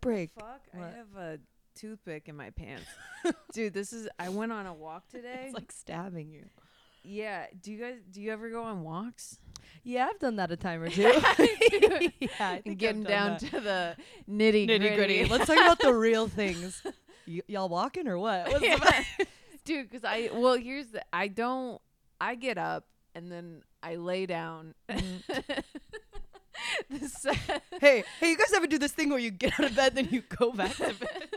break. Fuck, What? I have a toothpick in my pants. Dude, this is I went on a walk today. It's like stabbing you. yeah, do you guys do you ever go on walks? Yeah, I've done that a time or two. yeah, I And think getting I've done down that. to the nitty nitty gritty. Let's talk about the real things. Y- y'all walking or what? What's the Yeah. vibe? Dude, cuz I well, here's the I don't I get up and then I lay down. The se- hey, hey, you guys ever do this thing where you get out of bed then you go back to bed?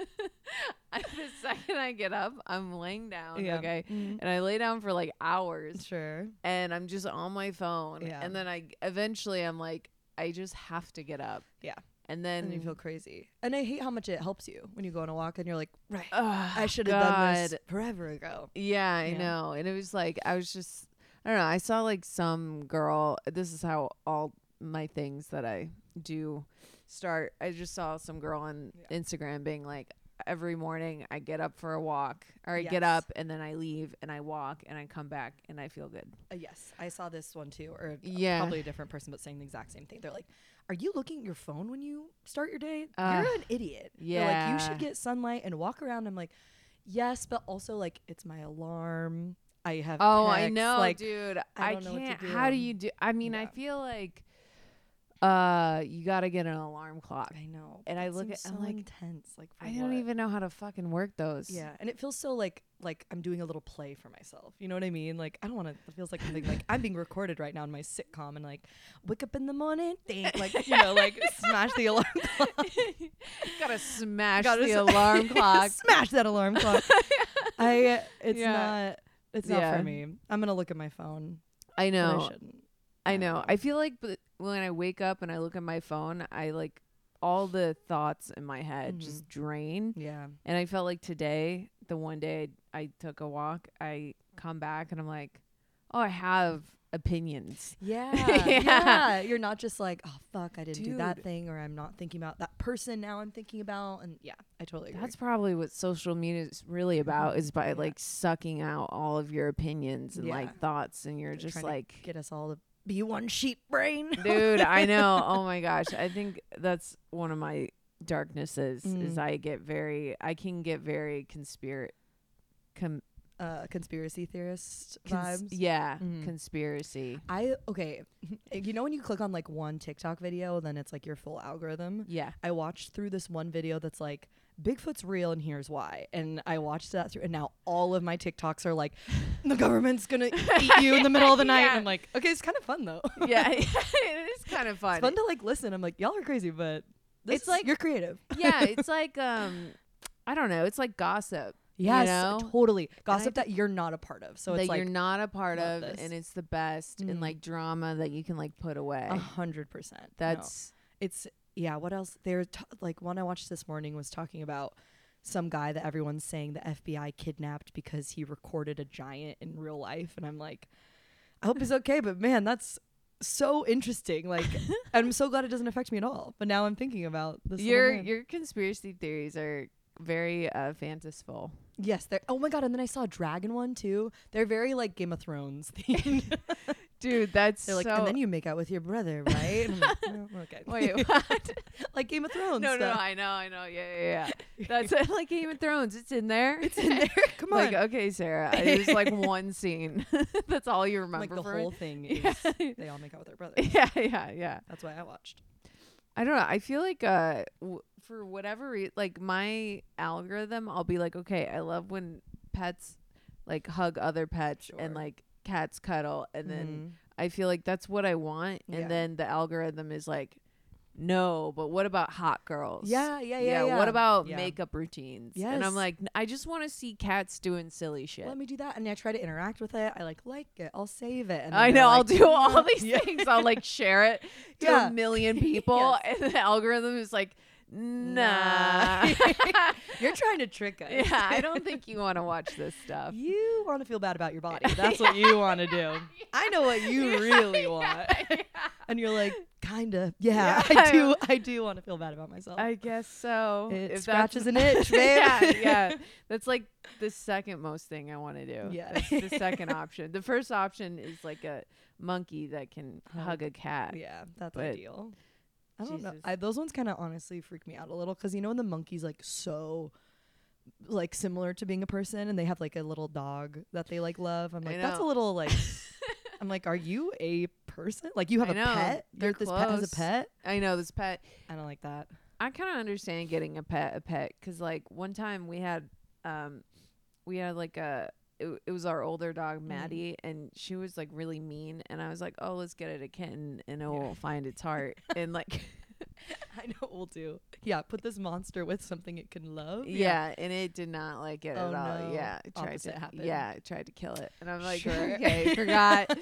I- the second I get up, I'm laying down, Yeah. okay? Mhm. And I lay down for like hours Sure. and I'm just on my phone. Yeah. And then I eventually I'm like, I just have to get up. Yeah. And then And you feel crazy. And I hate how much it helps you when you go on a walk and you're like, right, Ugh, I should have done God. this forever ago. Yeah, I Yeah. know. And it was like I was just I don't know. I saw like some girl. This is how all my things that I do start. I just saw some girl on Yeah. Instagram being like every morning I get up for a walk or I Yes. get up and then I leave and I walk and I come back and I feel good. Uh, yes, I saw this one too, or uh, Yeah. probably a different person, but saying the exact same thing. They're like, "Are you looking at your phone when you start your day? Ugh. You're an idiot. They're like you Uh, Yeah. should get sunlight and walk around." I'm like, "Yes, but also like it's my alarm. I have Oh, I texts, know, like dude. I I, don't know what to can't. do. How do you do? I mean, I Yeah. feel like uh you got to get an alarm clock. I know." And but I it look seems at- so I'm like, intense, like for I don't what? even know how to fucking work those. Yeah, and it feels so like like I'm doing a little play for myself. You know what I mean? Like I don't want to. It feels like something like I'm being recorded right now in my sitcom and like wake up in the morning, think like you know like smash the alarm clock. gotta smash Gotta the s- alarm clock. Smash that alarm clock. I uh, it's Yeah. not it's not Yeah. for me. I'm gonna look at my phone. I but I know. shouldn't. I, I don't know. know. I feel like b- when I wake up and I look at my phone, I like all the thoughts in my head Mm-hmm. just drain. Yeah. And I felt like today, the one day I, I took a walk, I come back and I'm like, oh, I have opinions. yeah. Yeah. You're not just like, oh fuck, I didn't do that Dude. thing or I'm not thinking about that person now I'm thinking about and yeah, I totally agree. That's probably what social media is really about is by Mm-hmm. Yeah. like sucking out all of your opinions and Yeah. like thoughts and you're They're just trying to like Get us all to be one sheep brain. dude i know oh my gosh i think that's one of my darknesses Mm. is i get very i can get very conspir com- uh conspiracy theorist cons- vibes. yeah Mhm. conspiracy I okay, you know when you click on like one TikTok video, then it's like your full algorithm. yeah I watched through this one video that's like Bigfoot's real and here's why. And I watched that through and now all of my TikToks are like the government's going to eat you in the middle of the night. Yeah. I'm like, okay, it's kind of fun though. yeah it is kind of it's fun, fun to like listen. I'm like, y'all are crazy, but this It's is- like- you're creative. yeah it's like um i don't know it's like gossip Yes, know? totally. Gossip that you're not a part of. So that it's like you're not a part of love this. and it's the best and Mm. Uh-huh. like drama that you can like put away a hundred percent. No. that's it's yeah. What else? They're t- like one I watched this morning was talking about some guy that everyone's saying the FBI kidnapped because he recorded a giant in real life, and I'm like, I hope he's okay, but man, that's so interesting. Like, and I'm so glad it doesn't affect me at all. But now I'm thinking about this. little your man. your conspiracy theories are very uh fantasful yes, they're. Oh my god! And then I saw a dragon one too. They're very like Game of Thrones themed. dude that's they're like, and then you make out with your brother, right? And I'm like, "No, okay. wait what like Game of Thrones. No, no, stuff. no, I know, I know. Yeah, yeah, yeah. That's it. Like Game of Thrones. It's in there. it's in there. Come on. Like, okay, Sarah. I- It was like one scene. That's all you remember like the from it. whole thing Yeah. is they all make out with their brother. Yeah, yeah, yeah. That's why I watched. I don't know. I feel like uh, w- for whatever reason, like my algorithm, I'll be like, okay, I love when pets like hug other pets Sure. Mm-hmm. and like cats cuddle, and then I feel like that's what I want, and Yeah. then the algorithm is like. No, but what about hot girls? Yeah, yeah, yeah, yeah. What about Yeah. makeup routines? And Yes. I'm like, "N- I just want to see cats doing silly shit. let me do that, and I try to interact with it. I like like it. I'll save it. And then I they're know. I'll like, do all these Yeah. things. I'll like share it to Yeah. a million people, Yes. and the algorithm is like, nah. Nah. You're trying to trick us. yeah, I don't think you want to watch this stuff. You want to feel bad about your body. That's what you want to do. I know what you really want. And you're like, kinda. Yeah, Yeah. I do. I do want to feel bad about myself. I guess so. it If that's- scratches an itch, yeah, babe. yeah. That's like the second most thing I want to do. Yeah. That's the second option. The first option is like a monkey that can Hug. hug a cat. Yeah, that's But- ideal. I don't know. Jesus. I, those ones kind of honestly freak me out a little because you know when the monkey's like so, like similar to being a person, and they have like a little dog that they like love. I'm I like, that's a know. little like. I'm like, are you a person? Like you have I a know. pet? They're You're this pet has close. a pet? I know this pet. I don't like that. I kind of understand getting a pet a pet because like one time we had um we had like a it, w- it was our older Mm-hmm. dog Maddie and she was like really mean and I was like oh let's get it a kitten and it will find its heart and like I know what we'll do. Yeah, put this monster with something it can love. yeah. and it did not like it Oh, at all no. yeah it tried Opposite to happened. yeah it tried to kill it and I'm like Sure. okay forgot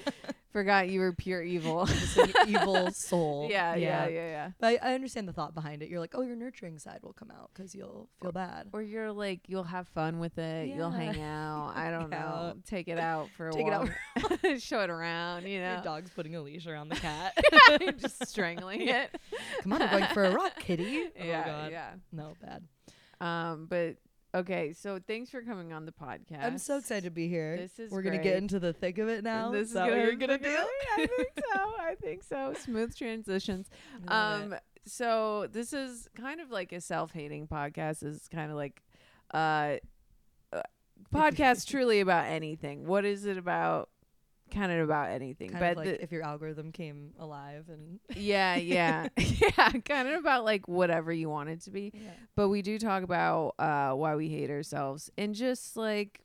forgot you were pure evil It's an evil soul. yeah yeah yeah yeah But I, I understand the thought behind it. You're like, oh, your nurturing side will come out because you'll feel bad. or you're like you'll have fun with it you'll Yeah. hang out I don't know out. take it out for a Take it out walk show it around you know Your dog's putting a leash around the cat. I'm just strangling it. Come on, we're going for a rock, kitty. Oh my yeah, God. No, bad. yeah. Um, but okay, so thanks for coming on the podcast. I'm so excited to be here. This is we're gonna great. get into the thick of it now. This is is that what you're gonna gonna be do? great. I think so. I think so. Smooth transitions. Love it. Um, so this is kind of like a self-hating podcast. This is kind of like, uh, uh, podcast truly about anything. What is it about? Kind of about anything, kind but of like the- if your algorithm came alive and yeah, yeah, yeah. Kind of about like whatever you want it to be. yeah. but we do talk about uh, why we hate ourselves and just like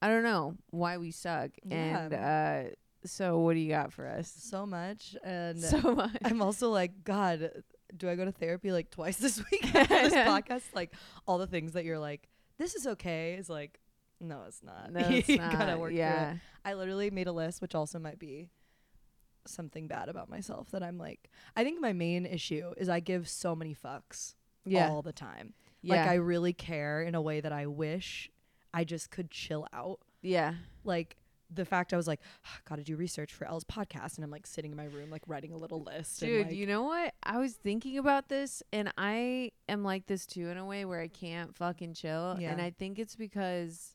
i don't know why we suck and uh, so what do you got for us so much and so much I'm also like, God, do I go to therapy like twice this week after this podcast? Like all the things that you're like, this is okay is like, no, it's not. no it's you not gotta work through it. yeah I literally made a list, which also might be something bad about myself that I'm like, I think my main issue is I give so many fucks yeah all the time. yeah Like I really care in a way that I wish I just could chill out. yeah Like the fact I was like, got to do research for Elle's podcast, and I'm like sitting in my room, like writing a little list. dude and, like, you know what i was thinking about this and i am like this too in a way where i can't fucking chill Yeah. and i think it's because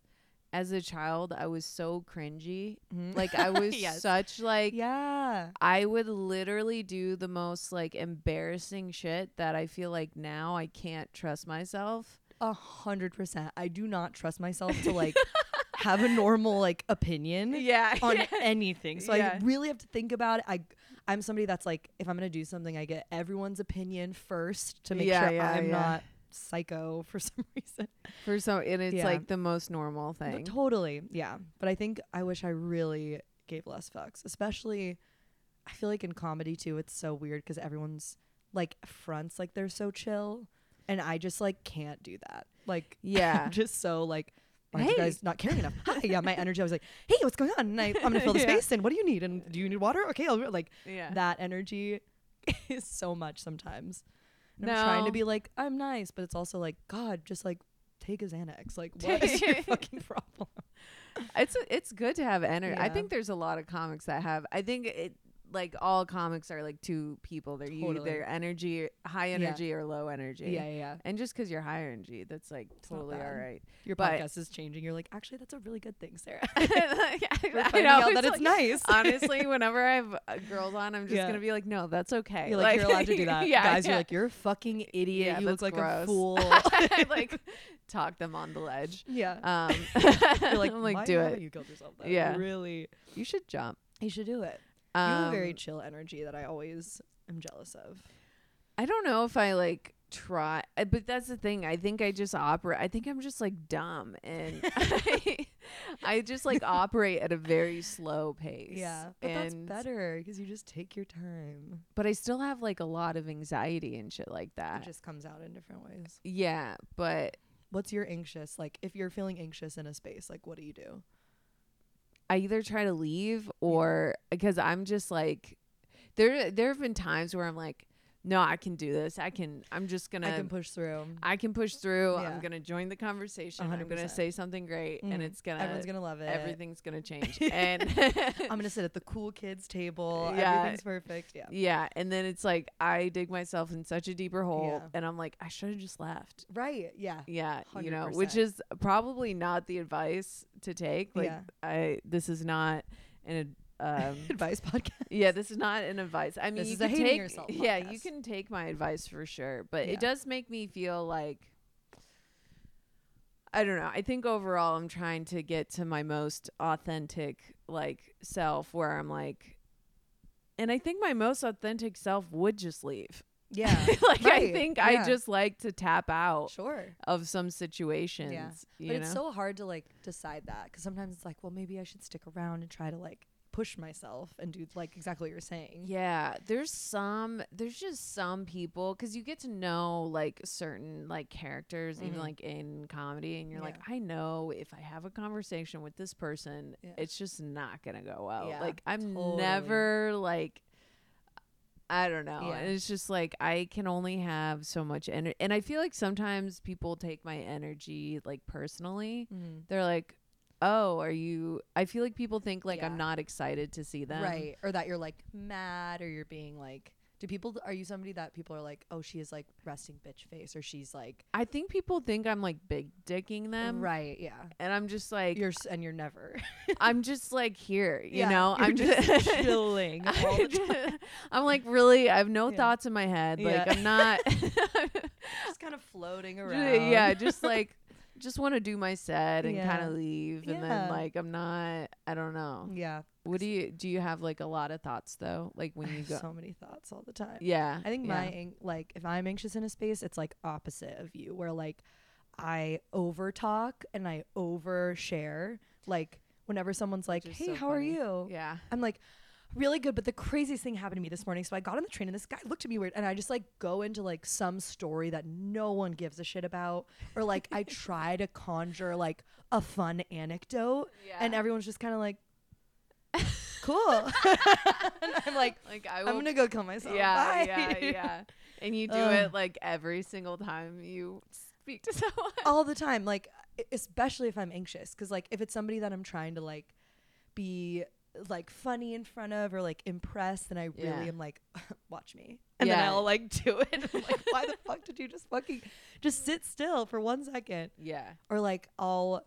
as a child i was so cringy Mhm. like i was Yes. such like yeah. I would literally do the most like embarrassing shit that I feel like now I can't trust myself. A hundred percent. I do not trust myself to like have a normal like opinion Yeah. on anything. So Yeah. I really have to think about it. I I'm somebody that's like if I'm gonna do something, I get everyone's opinion first to make Yeah, sure yeah, I'm yeah. not psycho for some reason. For so and it's Yeah. like the most normal thing. Totally. Yeah. But I think I wish I really gave less fucks. Especially I feel like in comedy too, it's so weird because everyone's like fronts like they're so chill. And I just like can't do that. Like Yeah. I'm just so like are you Hey. guys not caring enough? Hi, yeah, my energy. I was like, "Hey, what's going on?" And I, I'm gonna fill the Yeah. space. And what do you need? And do you need water? Okay, I'll like yeah. that energy is so much sometimes. And I'm trying No. to be like, I'm nice, but it's also like, God, just like take a Xanax. Like, what is your fucking problem? It's it's good to have energy. I Yeah. think there's a lot of comics that have. I think it like all comics are like two people. They're you Totally. either energy, high energy or low energy. Yeah, yeah, yeah. And just because you're high energy, that's like not totally all bad. right. Your But- podcast is changing. You're like, actually, that's a really good thing, Sarah. Like, I- We're I finding know, out that it's like- nice. honestly, whenever I have uh, girls on, I'm just Yeah. gonna be like, no, that's okay. You're like, you're allowed to do that. yeah, Guys, yeah. you're like, you're a fucking idiot. Yeah, you that's look like gross. a fool. I, like talk them on the ledge. yeah. Um, like, You're like, I'm like, "Why do haven't it. You killed yourself. Though. Yeah. You really. You should jump. You should do it. you have Um, a very chill energy that I always am jealous of. I don't know if I like try, uh, but that's the thing. I think I just operate. I think I'm just like dumb, and I, I just like operate at a very slow pace. but that's And- better because you just take your time. But I still have like a lot of anxiety and shit like that. It just comes out in different ways. yeah, but What's your anxious? Like, if you're feeling anxious in a space, like, what do you do? I either try to leave or because I'm just like there there have been times where I'm like no I can do this I can I'm just gonna I can push through. push through I'm Yeah. gonna join the conversation i am gonna 100%. say something great and Mhm. it's gonna, Everyone's gonna love it. everything's gonna change and I'm gonna sit at the cool kids table. Yeah. Everything's perfect. Yeah. yeah and then it's like I dig myself in such a deeper hole Yeah. and I'm like I should have just left Right. Yeah. yeah you know which 100%. is probably not the advice to take like Yeah. i this is not an ad- um, advice podcast. yeah, this is not an advice. I mean, This you is a can hating take, yourself Yeah, you podcast. can take my advice for sure, but Yeah. it does make me feel like I don't know. I think overall, I'm trying to get to my most authentic like self, where I'm like, and I think my most authentic self would just leave. Yeah, like I Right, think yeah. I just like to tap out sure. of some situations. You But know? it's so hard to like decide that because sometimes it's like, well, maybe I should stick around and try to like push myself and do like exactly what you're saying. Yeah, there's some, there's just some people because you get to know like certain like characters, even Mhm. like in comedy, and you're like, I know if I have a conversation with this person, Yeah. it's just not gonna go well. Yeah, like I'm totally. never like, I don't know. Yeah. And it's just like I can only have so much energy, and I feel like sometimes people take my energy like personally. Mhm. They're like, oh, are you? I feel like people think like Yeah. I'm not excited to see them. Right. Or that you're like mad or you're being like, do people, are you somebody that people are like, oh, she is like resting bitch face or she's like, I think people think I'm like big dicking them. right. Yeah. And I'm just like You're, s- and you're never. I'm just like here, you Yeah, know. you're I'm just, chilling. all the I'm, time. just- I'm like really I have no Yeah. thoughts in my head. Like Yeah. I'm not just kind of floating around. Yeah, just like just want to do my set and Yeah. kind of leave and Yeah. Mm, then like I'm not I don't know. Yeah. What do you do you have like a lot of thoughts though? Like when I you have go so many thoughts all the time. Yeah. I think yeah. my ang- like if I'm anxious in a space, it's like opposite of you, where like I over talk and I overshare. Like whenever someone's like, is "Hey, so how funny. are you?" Yeah. I'm like, "Really good," but the craziest thing happened to me this morning. So I got on the train and this guy looked at me weird, and I just like go into like some story that no one gives a shit about, or like I try to conjure like a fun anecdote, and everyone's just kind of like, "Cool," oh. and I'm like. like I will I'm gonna go kill myself. yeah, Bye." yeah, yeah. And you do Ugh. it like every single time you speak to someone. all the time like e- especially if i'm anxious because like if it's somebody that i'm trying to like be like funny in front of or like impressed then i really Yeah. am like watch me and then Yeah. i'll like do it I'm like why the fuck did you just fucking just sit still for one second Yeah. or like i'll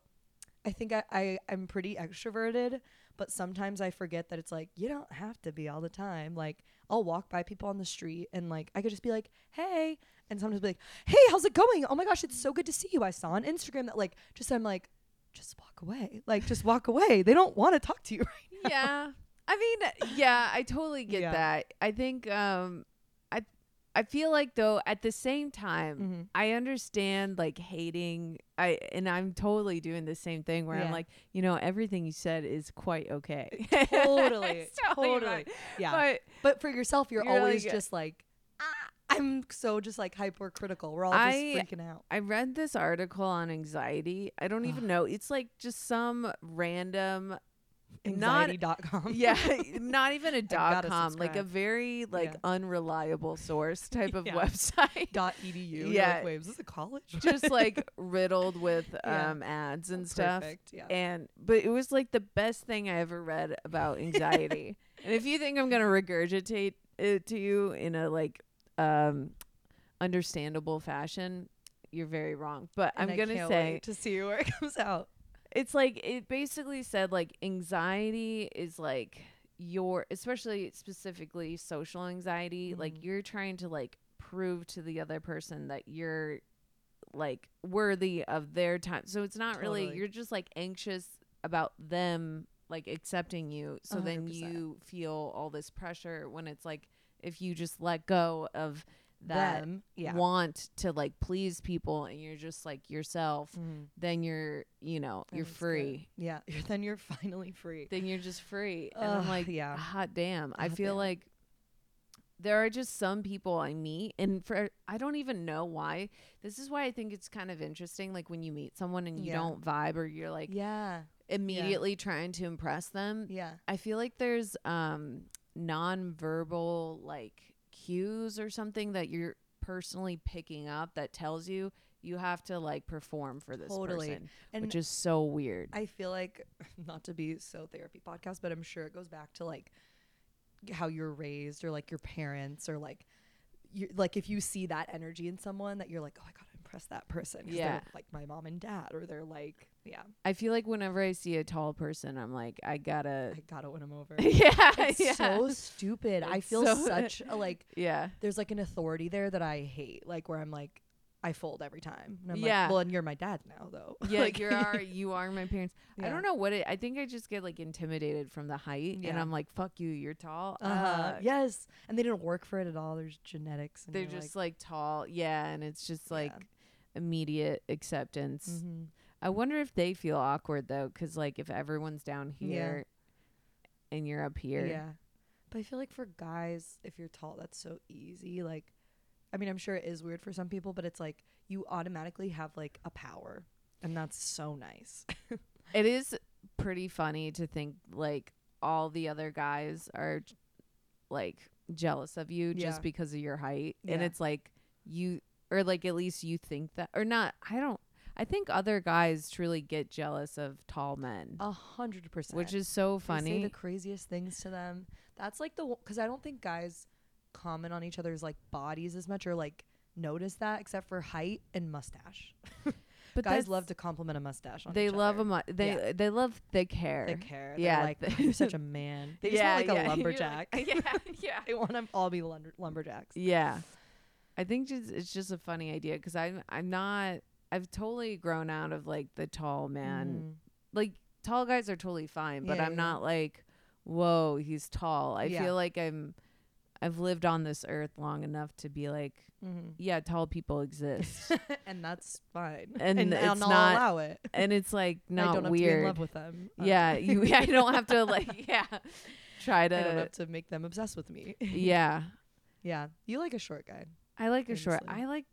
i think i, I i'm pretty extroverted but sometimes i forget that it's like you don't have to be all the time like i'll walk by people on the street and like i could just be like hey and sometimes be like hey how's it going oh my gosh it's so good to see you i saw on instagram that like just i'm like just walk away like just walk away they don't want to talk to you right now. Yeah. I mean, yeah, I totally get Yeah. that. I think um I I feel like though at the same time Mhm. I understand like hating I and I'm totally doing the same thing where Yeah. I'm like, you know, everything you said is quite okay. totally It's totally fine. totally yeah but, But for yourself you're, You're always like- just like "Ah." i'm so just like hypercritical we're all just I- freaking out I read this article on anxiety. I don't even Ugh. know. It's like just some random not- anxiety.com yeah not even a dot gotta com like a subscribe. very like Yeah. unreliable source type of Yeah. website dot edu. Yeah. Yeah. Like, Wait, was this a college? just like riddled with Yeah. um ads and stuff Perfect, Yeah. and but it was like the best thing i ever read about anxiety and if you think i'm gonna regurgitate it to you in a like um understandable fashion you're very wrong but And i'm I gonna can't say wait to see where it comes out. it's like it basically said like anxiety is like your especially specifically social anxiety Mhm. like you're trying to like prove to the other person that you're like worthy of their time so it's not really Totally. you're just like anxious about them like accepting you so then 100%. you feel all this pressure when it's like if you just let go of that Them. Yeah. want to like please people and you're just like yourself Mhm. then you're you know That you're was good. free Yeah. You're, then you're finally free. then you're just free and Ugh, i'm like yeah. hot damn i Hot feel damn. like there are just some people i meet and for i don't even know why this is why i think it's kind of interesting like when you meet someone and you Yeah. don't vibe or you're like yeah. immediately trying to impress them Yeah. i feel like there's um nonverbal like cues or something that you're personally picking up that tells you you have to like perform for this Totally. person And- which is so weird I feel like not to be so therapy podcast, but I'm sure it goes back to like how you're raised or like your parents or like you like if you see that energy in someone that you're like, oh, I gotta impress impress that person. 'cause Yeah. They're like my mom and dad, or they're like, yeah, I feel like whenever I see a tall person, I'm like, I gotta. I gotta win them over. yeah, It's yeah, so stupid. I It's feel so- such a, like yeah. there's like an authority there that I hate, like where I'm like, I fold every time. And I'm Yeah. like, well, and you're my dad now, though. Yeah, Like, you are you are my parents. I yeah. don't know what it. I think I just get like intimidated from the height, and Yeah. I'm like, "Fuck you, you're tall." Uh-huh. Uh, yes. And they didn't work for it at all. There's genetics. And they're you're just like, tall, yeah, and it's just Yeah. like immediate acceptance. like, mhm. I wonder if they feel awkward though, 'cause like if everyone's down Yeah. here and you're up here, Yeah. But I feel like for guys, if you're tall, that's so easy. Like, I mean, I'm sure it is weird for some people, but it's like you automatically have like a power. And that's so nice. it is pretty funny to think like all the other guys are j- like jealous of you Yeah. just because of your height and Yeah. it's like you or like at least you think that or not i don't i think other guys truly get jealous of tall men A hundred percent. which is so Oh, They say funny the craziest things to them. That's like the because I don't think guys comment on each other's like bodies as much or like notice that except for height and mustache. but guys that's- love to compliment a mustache on they each love other. them they Yeah. they love thick hair Thick hair. They're Yeah, like th- "Oh, you're such a man. They just want like a You're lumberjack. yeah yeah they want to all be lunder- lumberjacks. Yeah. I think just, it's just a funny idea because I'm I'm not I've totally grown out of like the tall man Mhm. like tall guys are totally fine but Yeah, I'm yeah. not like whoa he's tall I Yeah. feel like I'm I've lived on this earth long enough to be like Mhm. yeah tall people exist and that's fine. And it's I'll not allow it. and it's like And I not don't have to be in weird love with them. Uh, yeah you I don't have to like yeah try I don't to have to make them obsessed with me. yeah yeah, you like a short guy. I like a short. Famously. I like.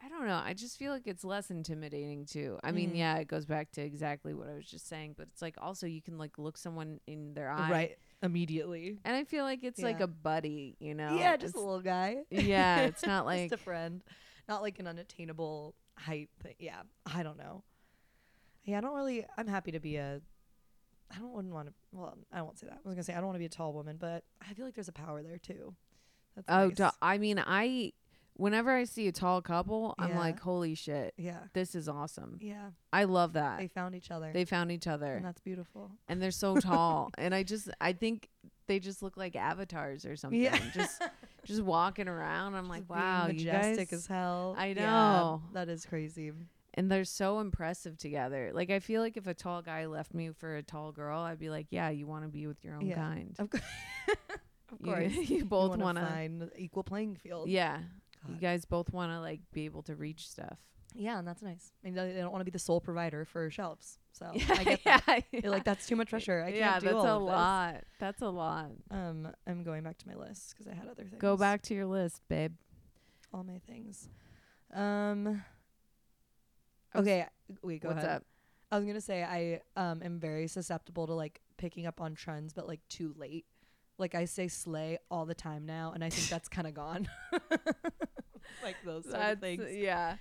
I don't know. I just feel like it's less intimidating too. I mean, Mhm. yeah, it goes back to exactly what I was just saying, but it's like also you can like look someone in their eye, right immediately. And I feel like it's like Yeah. a buddy, you know? yeah, just a It's- little guy. yeah. It's not Just like a friend, not like an unattainable height thing. Yeah, I don't know. Yeah, I don't really. I'm happy to be a. I don't wouldn't want to. Well, I won't say that. I was gonna say I don't want to be a tall woman, but I feel like there's a power there too. That's oh, nice. da- I mean, I whenever I see a tall couple, I'm Yeah. like, holy shit, yeah, this is awesome. yeah. I love that They found each other, Uh, they found each and other, that's beautiful. and they're so tall, and I just I think they just look like avatars or something. Just just walking around. I'm like, Just being wow, you guys, majestic as hell. I Yeah, know. that is crazy. and they're so impressive together. Like I feel like if a tall guy left me for a tall girl, I'd be like, yeah, you want to be with your own Yeah. kind. Of course, of You- course. you, You both wanna want to. find the equal playing field. Yeah, you God. guys both want to like be able to reach stuff. Yeah, and that's nice. I mean, they they don't want to be the sole provider for shelves, so yeah, Oh, I get yeah, that. You're like, that's too much pressure. I can't yeah, do that's all a of this." lot. That's a lot. Um, I'm going back to my list because I had other things. Go back to your list, babe. all my things. Um, I was- okay, wait, go What's ahead. up? I was gonna say I um am very susceptible to like picking up on trends, but like too late. Like I say slay all the time now, and I think that's kind of gone. like those sort That's- of things. yeah.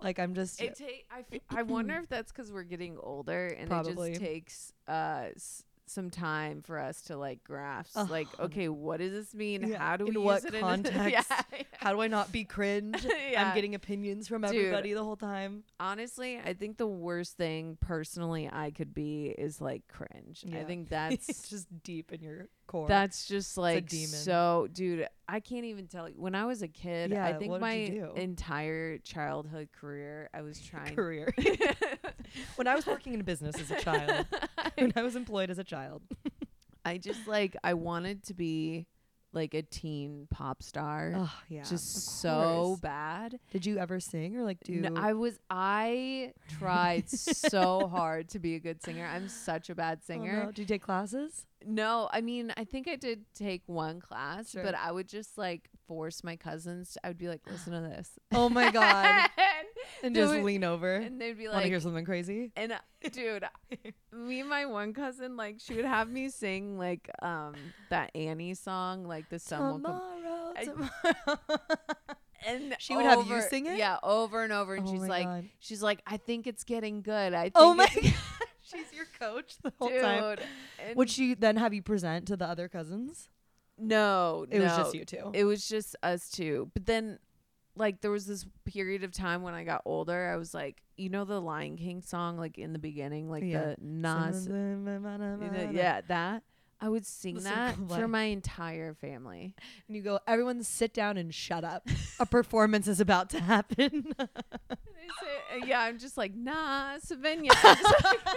Like I'm just It ta- I, f- I wonder if that's because we're getting older and it Probably. just takes uh s- some time for us to like grasp A like hun- okay what does this mean Yeah, how do we in use what it context? yeah, how do I not be cringe? yeah. I'm getting opinions from Dude. everybody the whole time. honestly I think the worst thing personally I could be is like cringe I Yeah. think It's that's just deep in your core. that's just like demon. so dude I can't even tell you when I was a kid I Yeah, think what my did you do? entire childhood career I was trying career. when I was working in a business as a child, when I was employed as a child. I just like I wanted to be like a teen pop star. Oh yeah. just of so course. bad. Did you ever sing or like do? Oh, No, I was I tried so hard to be a good singer. I'm such a bad Oh, singer. no. Did you take classes? no. I mean, I think I did take one class, Sure. but I would just like force my cousins. I would be like, "Listen to this." Oh my god! and There just was- lean over. and, and they'd be Want to like, hear something crazy? And uh, dude, me and my one cousin, like, she would have me sing like um that Annie song, like the sun will come. tomorrow, I- tomorrow. And She would have you over- sing it? Yeah, over and over. And Oh she's my like, God. she's like, I think it's getting good. I think oh my it's- god! She's your coach the whole time. dude. And Would she then have you present to the other cousins? no, It was no. just you two. It was just us two. But then like there was this period of time when I got older, I was like, you know the Lion King song like in the beginning, like Yeah. the Nas you know, yeah, that I would sing Listen, that for Colette. my entire family. And you go, everyone sit down and shut up. A performance is about to happen. They say- uh, yeah, I'm just like, nah, Savinia. It's like-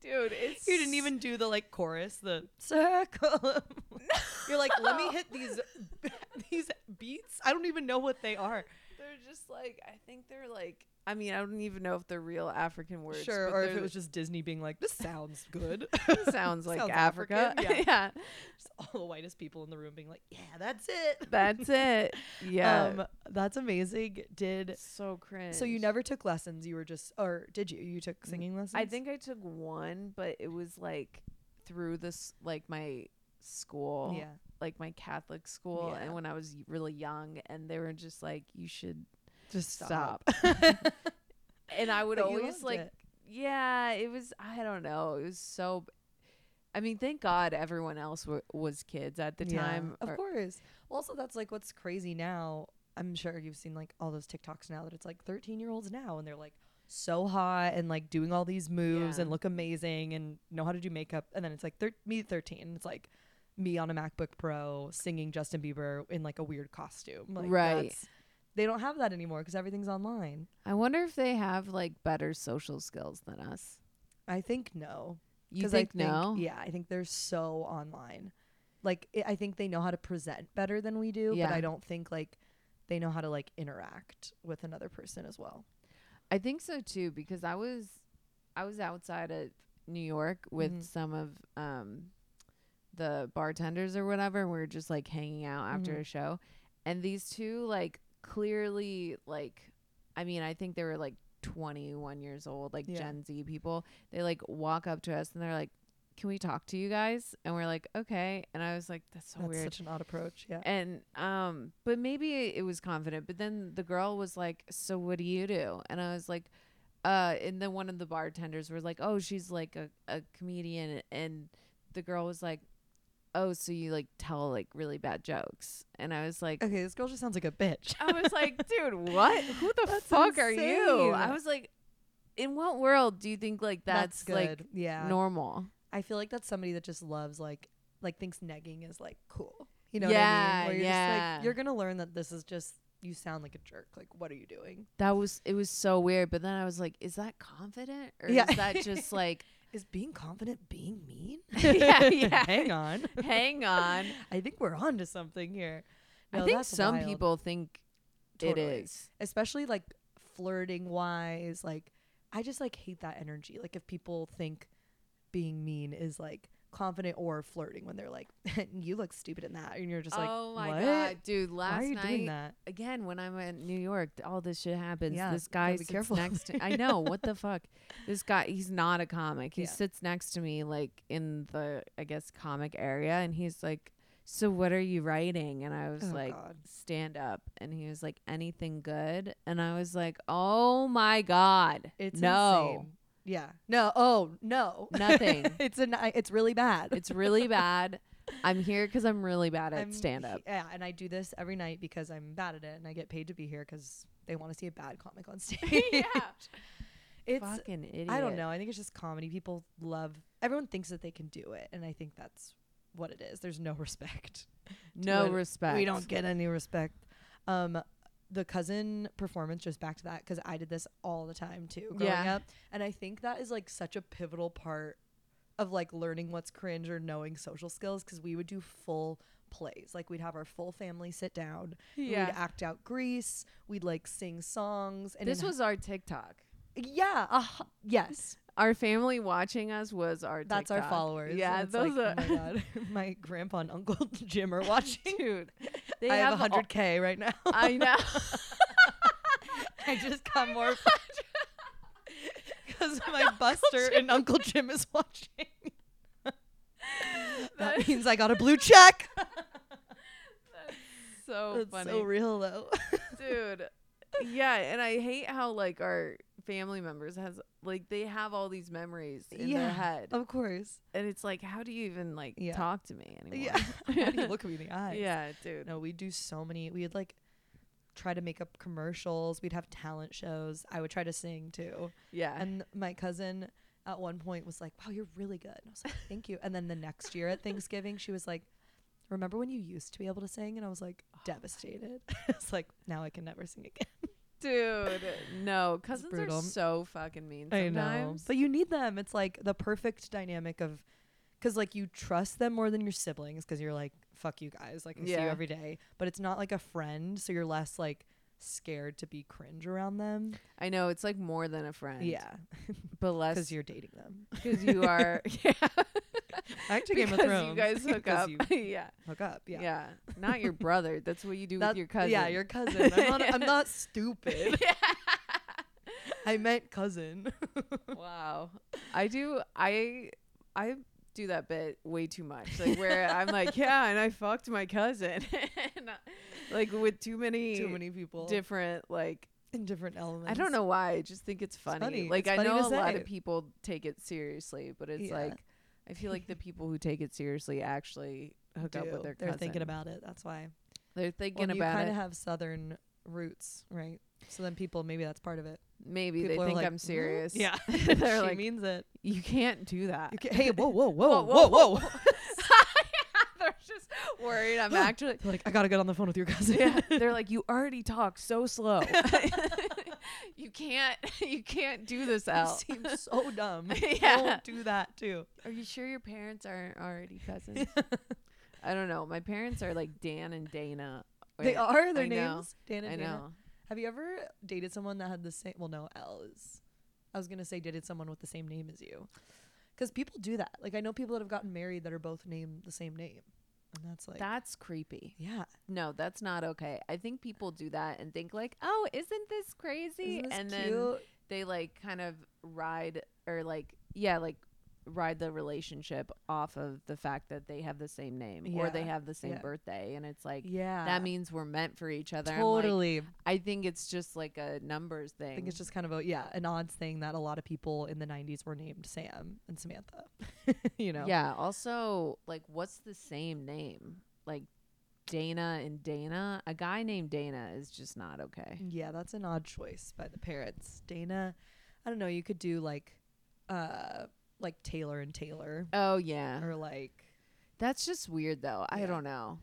Dude, it's you didn't even do the like chorus, the circle. You're like, let me No. hit these these beats. I don't even know what they are. They're just like I think they're like I mean, I don't even know if they're real African words. sure, but or if they're- it was just Disney being like, this sounds good. sounds like Sounds Africa. African, yeah. yeah. Just all the whitest people in the room being like, yeah, that's it. That's it. Yeah. Um, that's amazing. Did so cringe. so you never took lessons? You were just, or did you? You took singing lessons? I think I took one, but it was like through this like my school. Yeah. Like my Catholic school Yeah. and when I was really young and they were just like you should Just stop. and I would But you always loved like it. yeah, it was I don't know. It was so I mean, thank God everyone else wa was kids at the Yeah, time. Of or- course. Well, also, that's like what's crazy now. I'm sure you've seen like all those TikToks now that it's like 13 year olds now and they're like so hot and like doing all these moves Yeah. and look amazing and know how to do makeup. And then it's like thir- me at 13. and It's like me on a MacBook Pro singing Justin Bieber in like a weird costume. Like, Right. that's- They don't have that anymore because everything's online. I wonder if they have like better social skills than us. I think no. You 'Cause I think, no? Yeah, I think they're so online. Like i I think they know how to present better than we do, Yeah. but I don't think like they know how to like interact with another person as well. I think so too because I was I was outside of New York with Mhm. some of um the bartenders or whatever and we were just like hanging out after Mhm. a show and these two like clearly like I mean I think they were like 21 years old like Yeah. Gen Z people they like walk up to us and they're like can we talk to you guys and we're like okay and I was like that's so That's weird such an odd approach. Yeah. and um but maybe it, was confident but then the girl was like so what do you do and i was like uh and then one of the bartenders was like oh she's like a, a comedian and the girl was like oh so you like tell like really bad jokes and i was like Okay, this girl just sounds like a bitch. i was like dude what who the That's fuck are you insane. i was like in what world do you think like that's, like yeah. normal I feel like that's somebody that just loves like like thinks negging is like cool. You know Yeah, what I mean? Where you're just yeah. like you're gonna learn that this is just you sound like a jerk. Like what are you doing? that was it was so weird but then i was like is that confident or Yeah. is that just like Is being confident being mean? Yeah, yeah. Hang on. hang on I think we're on to something here. I No, think that's some wild. people think Totally. it is. especially like flirting wise, like I just like hate that energy. Like if people think being mean is like confident or flirting when they're like, you look stupid in that, and you're just like, oh my "What? god, dude! why Last are you night doing that? again, when I'm in New York, th- all this shit happens. Yeah, this you gotta guy be sits careful. next to. I know what the fuck. This guy, he's not a comic. He Yeah. sits next to me, like in the I guess comic area, and he's like, "So what are you writing?" And I was Oh, like. God. Stand up, and he was like, "Anything good?" And I was like, "Oh my god, It's no, insane. Yeah. No. Oh no. Nothing. it's an. It's really bad. it's really bad. I'm here because I'm really bad at I'm- stand up." Yeah, and I do this every night because I'm bad at it, and I get paid to be here because they want to see a bad comic on stage. It's fucking idiot. I don't know. I think it's just comedy. People love. Everyone thinks that they can do it, and I think that's what it is. There's no respect. No What- respect. We don't get any respect. Um, the cousin performance, just back to that, because I did this all the time too growing Yeah. up, and I think that is like such a pivotal part of like learning what's cringe or knowing social skills, because we would do full plays. Like we'd have our full family sit down. and We'd act out Grease. We'd like sing songs. And this in- was our TikTok. yeah. Uh, yes. Our family watching us was our. That's our TikTok. followers. Yeah, and it's like, those oh my are. god. My grandpa and uncle Jim are watching. Dude, they I have all- 100k right now. I know. I just got more because my Buster and Uncle Jim is watching. that That's- means I got a blue check. so That's funny, so real though. dude. Yeah, and I hate how like our family members has like they have all these memories in their Yeah. head, of course. and it's like, how do you even like Yeah. talk to me anymore? Yeah. How do you look me in the eye? yeah, dude. No, we do so many. We had like try to make up commercials. We'd have talent shows. I would try to sing too. Yeah. And my cousin at one point was like, "Wow, you're really good." And I was like, "Thank you." And then the next year at Thanksgiving, she was like, "Remember when you used to be able to sing?" And I was like, Oh, devastated. it's like now I can never sing again. Dude, no, cousins brutal. are so fucking mean sometimes. But you need them. It's like the perfect dynamic of cuz like you trust them more than your siblings cuz you're like fuck you guys, like I see you Yeah. every day, but it's not like a friend, so you're less like scared to be cringe around them. I know it's like more than a friend. Yeah, but less cuz you're dating them. because you are. yeah, Back to Game of because Thrones. you guys hook 'Cause up. you yeah. hook up. yeah, Yeah. not your brother. That's what you do That- with your cousin. Yeah, your cousin. I'm not, I'm not stupid. I meant cousin. wow, I do. I I do that bit way too much. Like where I'm like, yeah, and I fucked my cousin, and I- like with too many, Too many people different like in different elements. I don't know why. I just think it's funny. funny. Like It's I funny know to a lot say. of people take it seriously, but it's Yeah. like I feel like the people who take it seriously actually hook up Do. with their They're cousin. thinking about it. That's why. They're thinking Well, you about kind it. of have southern roots, right? So then people maybe that's part of it. Maybe they people are think like, I'm "Mm, serious. Yeah, They're she like, means it. you can't do that. You ca- hey, whoa, whoa, whoa, Whoa, whoa, whoa, whoa! They're just worried. I'm actually. They're like, I gotta get on the phone with your cousin. Yeah, they're like you already talk so slow. you can't, you can't do this you out. seem so dumb. Yeah. Don't do that too. Are you sure your parents aren't already cousins? I don't know. My parents are like Dan and Dana. They Wait, are their I know. names. Dan and I Dana. know. Have you ever dated someone that had the same? Well, no, L is. I was gonna say dated someone with the same name as you, because people do that. Like I know people that have gotten married that are both named the same name, and that's like, That's creepy. yeah, No, that's not okay. I think people do that and think like, "Oh, isn't this crazy?" isn't this and then cute? they like kind of ride or like yeah, like ride the relationship off of the fact that they have the same name or they Yeah, have the same yeah. birthday and it's like yeah, that means we're meant for each other. I'm like, totally. I think it's just like a numbers thing. I think it's just kind of a yeah, an odd thing that a lot of people in the '90s were named Sam and Samantha. you know, Yeah. Also, like, what's the same name? Like Dana and Dana. A guy named Dana is just not okay. yeah, that's an odd choice by the parents. Dana, I don't know. You could do like, uh, like Taylor and Taylor, Oh yeah, or like that's just weird though. I Er, Yeah. don't know.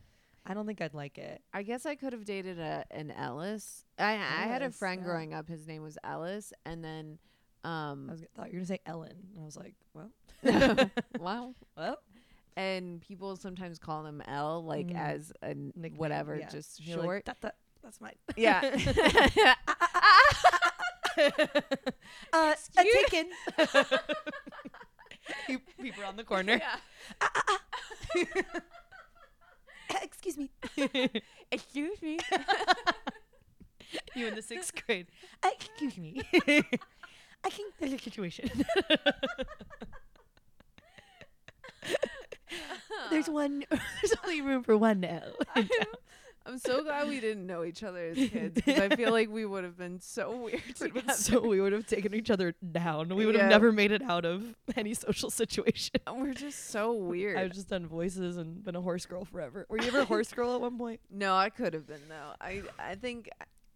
I don't think I'd like it. I guess I could have dated a an Ellis. I I had a Ellis, friend yeah. growing up. His name was Ellis, and then I um was, thought you were gonna say Ellen, and I was like, well, wow. well, And people sometimes call him L, like Mhm. as a n- Nickname, whatever, yeah. just You're like, short. "That- that- that's mine. yeah. uh, a Excuse- taken. Pe- People around the corner. yeah. Excuse me. Excuse me. You in the sixth grade. Uh, excuse me. I think there's a situation. there's one. There's only room for one now. I'm, I'm so glad we didn't know each other as kids 'cause I feel like we would have been so weird together. So we would have taken each other down. We would Yeah. have never made it out of any social situation. We're just so weird. I've just done voices and been a horse girl forever. Were you ever a horse girl at one point? no, I could have been though. I I think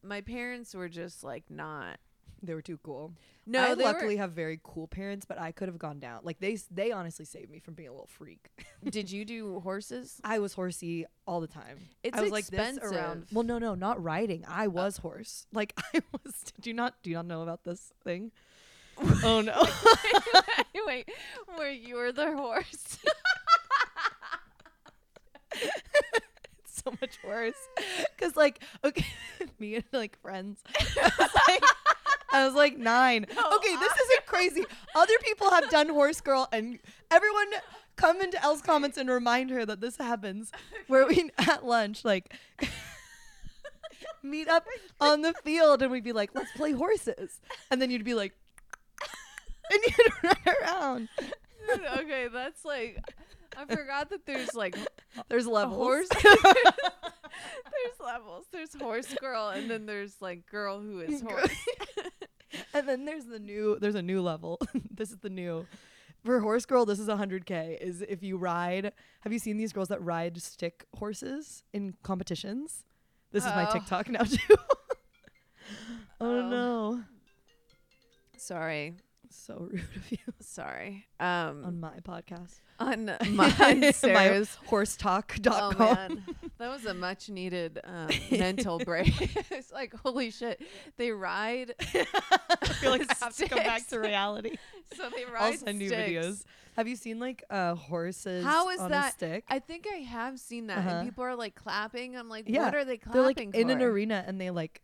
my parents were just like not. They were too cool. No, I they luckily have very cool parents, but I could have gone down. Like they, s- they honestly saved me from being a little freak. were, did you do horses? I was horsey all the time. It's I was expensive. like this around. Well, no, no, not riding. I was horse. Like I was. Do you not do you not know about this thing? oh no. wait, where you were the horse? It's so much worse. Cause like okay, me and like friends. I was like, I was like nine. No, okay, this isn't crazy. Other people have done horse girl, and everyone come into Elle's comments and remind her that this happens. Where we at lunch like meet up on the field, and we'd be like, let's play horses, and then you'd be like. And you'd run around. okay, that's like I forgot that there's like There's levels. horse. there's levels. There's horse girl, and then there's like girl who is Girl- horse. And then there's the new there's a new level. this is the new for horse girl, this is 100k is if you ride. Have you seen these girls that ride stick horses in competitions? This is my Oh. TikTok now too. oh Oh. no. Sorry, So rude of you sorry. Um, on my podcast. on My- my Sarah's. Oh Horsetalk.com. man, that was a much needed um, mental break. it's like holy shit, they ride. I feel like I have to come back to Sticks. reality. So they ride. I'll send you sticks. videos. Have you seen like uh horses How is on a that- stick? I think I have seen that, Uh-huh. and people are like clapping. I'm like, Yeah, what are they They're clapping like in an for? arena and they like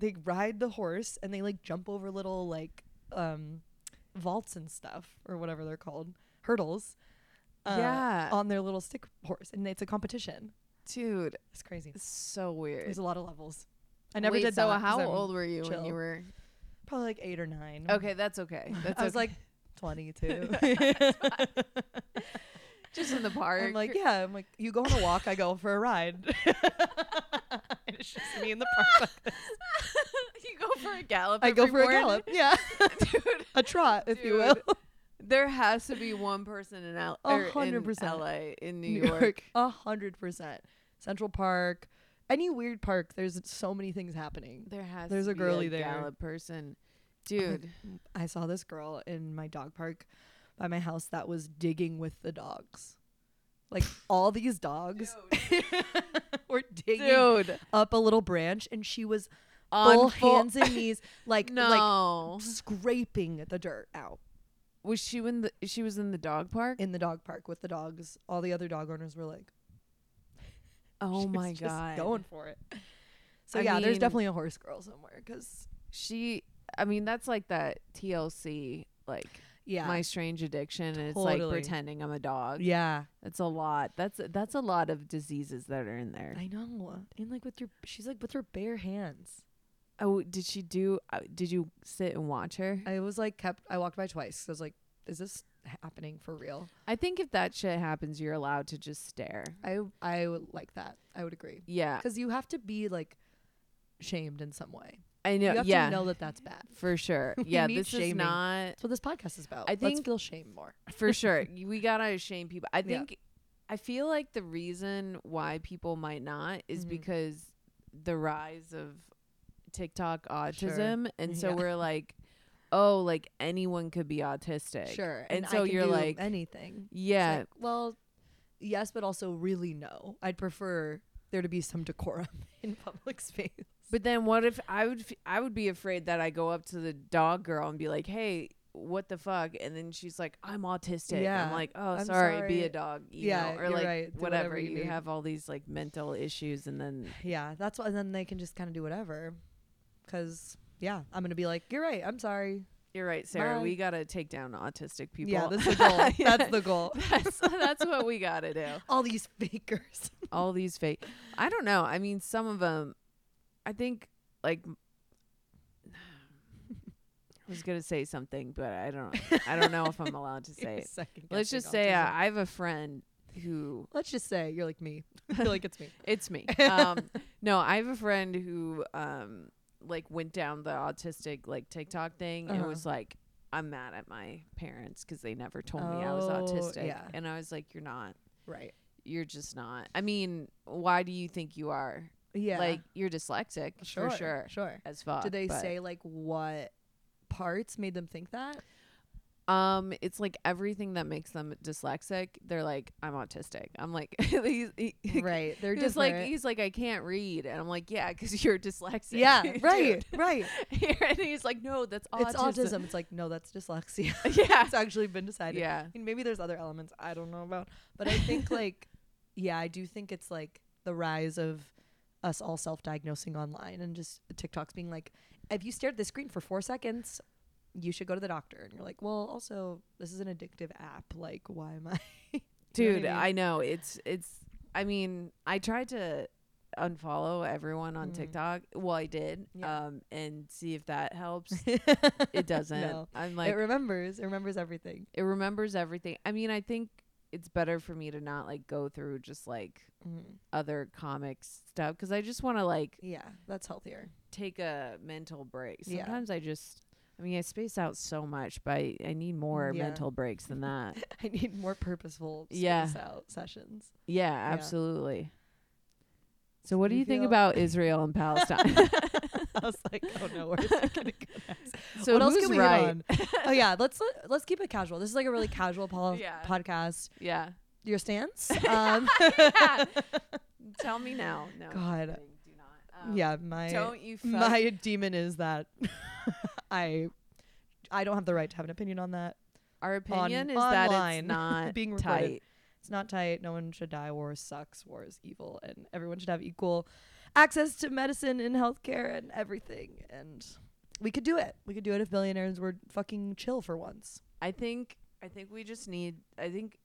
they ride the horse and they like jump over little like um vaults and stuff or whatever they're called, hurdles. uh, Yeah. On their little stick horse and it's a competition. Dude, It's crazy. it's so weird. There's a lot of levels. I never Wait, did so that. 'cause how I'm old were you when chill. you were? Probably like eight or nine. Okay, that's okay. That's I was okay. like 22. just in the park. I'm like, yeah. I'm like, you go on a walk, I go for a ride. And it's just me in the park. you go for a gallop. I go every for a morning? gallop. Yeah. dude. a trot, if you will. There has to be one person in L. A or in hundred percent. LA in New, York. A hundred percent. Central Park. Any weird park, there's so many things happening. There has There's to a be girly a there. gallop person, dude. I saw this girl in my dog park by my house that was digging with the dogs. Like all these dogs were digging dude, up a little branch and she was on full full- hands and knees like No, like scraping the dirt out was she in the? She was in the dog park. in the dog park with the dogs. All the other dog owners were like, oh "She's my just god, going for it." So I yeah, there's mean- definitely a horse girl somewhere because she. I mean, that's like that TLC, like yeah, my strange addiction. And it's like Totally. pretending I'm a dog. yeah, That's a lot. That's that's a lot of diseases that are in there. I know. And like with your, she's like with her bare hands. Oh, did she do? Uh, did you sit and watch her? I was like kept. I walked by twice. 'cause I was like, "Is this happening for real?" I think if that shit happens, you're allowed to just stare. I I would like that. I would agree Yeah, because you have to be like shamed in some way. I know. you have yeah, to know that that's bad. for sure. We Yeah, need this is shaming. not That's what this podcast is about. I Let's think- feel shame more. for sure. Y- We gotta shame people. I Yeah. think I feel like the reason why people might not is Mhm. because the rise of TikTok autism, and so Yeah. we're like, oh, like anyone could be autistic. Sure. And so can you're do like- anything. It's Yeah, like, well, yes, but also really no. I'd prefer there to be some decorum in public space. But then what if I would f- I would be afraid that I go up to the dog girl and be like, "Hey, what the fuck?" And then she's like, "I'm autistic." Yeah. I'm like, "Oh, I'm sorry, Be sorry. a dog." You Yeah, know? or you're like right. Do whatever. whatever you you need. have all these like mental issues, and then Yeah, that's why. And then they can just kind of do whatever. Because yeah, I'm gonna be like, you're right. I'm sorry. you're right, Sarah. Bye. We gotta take down autistic people. Yeah, that's the goal. That's the goal. that's that's what we gotta do. All these fakers. all these fake i don't know i mean some of them i think like i was gonna say something but i don't i don't know if i'm allowed to say it Second let's guessing just say autism. uh, i have a friend who Let's just say you're like me. I feel like it's me. it's me um no i have a friend who um like went down the autistic like tiktok thing and Uh-huh. was like i'm mad at my parents because they never told me i was Oh, autistic yeah. and i was like you're not Right. you're just not i mean why do you think you are Yeah. Like you're dyslexic sure, Uh, for sure Sure. as fuck. Did they but, say like what parts made them think that? Um, it's like everything that makes them dyslexic. They're like, I'm autistic. I'm like, he's, he, Right. They're he was just like, he's like, I can't read, and I'm like, yeah, because you're dyslexic. yeah, dude." right, right. and he's like, no, that's autism. It's autism. It's like no, that's dyslexia. yeah, it's actually been decided. yeah, I mean, maybe there's other elements I don't know about, but I think like, yeah, I do think it's like the rise of us all self-diagnosing online and just TikToks being like, if you stared at the screen for four seconds, you should go to the doctor. And you're like, well, also this is an addictive app. Like, why am I? You know what dude. I I know it's it's. I mean, I tried to unfollow everyone on Mhm. TikTok. Well, I did. Yeah. Um, and see if that helps. it It doesn't. I'm like, it remembers. It remembers everything. it remembers everything. I mean, I think it's better for me to not like go through just like Mhm. other comics stuff because I just want to like Yeah, that's healthier. take a mental break. Yeah. Sometimes I just, I mean, I space out so much, but I, I need more Yeah. mental breaks than that. I need more purposeful Yeah. space out sessions. yeah, absolutely. So what do You you think feel- about Israel and Palestine? I was like, oh no, where's it gonna go next? so what else who's can we right? hit on? oh yeah, let's let's keep it casual. This is like a really casual pol- Yeah. podcast. Yeah. Your stance? Um, Yeah. Tell me now. No. I'm God. kidding. Do not. Um, yeah, my Don't you fuck. my demon is that I I don't have the right to have an opinion on that. Our opinion is that online it's not being recorded. tight. It's not tight. No one should die. War sucks. War is evil, and everyone should have equal access to medicine and healthcare and everything. And we could do it. We could do it if billionaires were fucking chill for once. I think I think we just need I think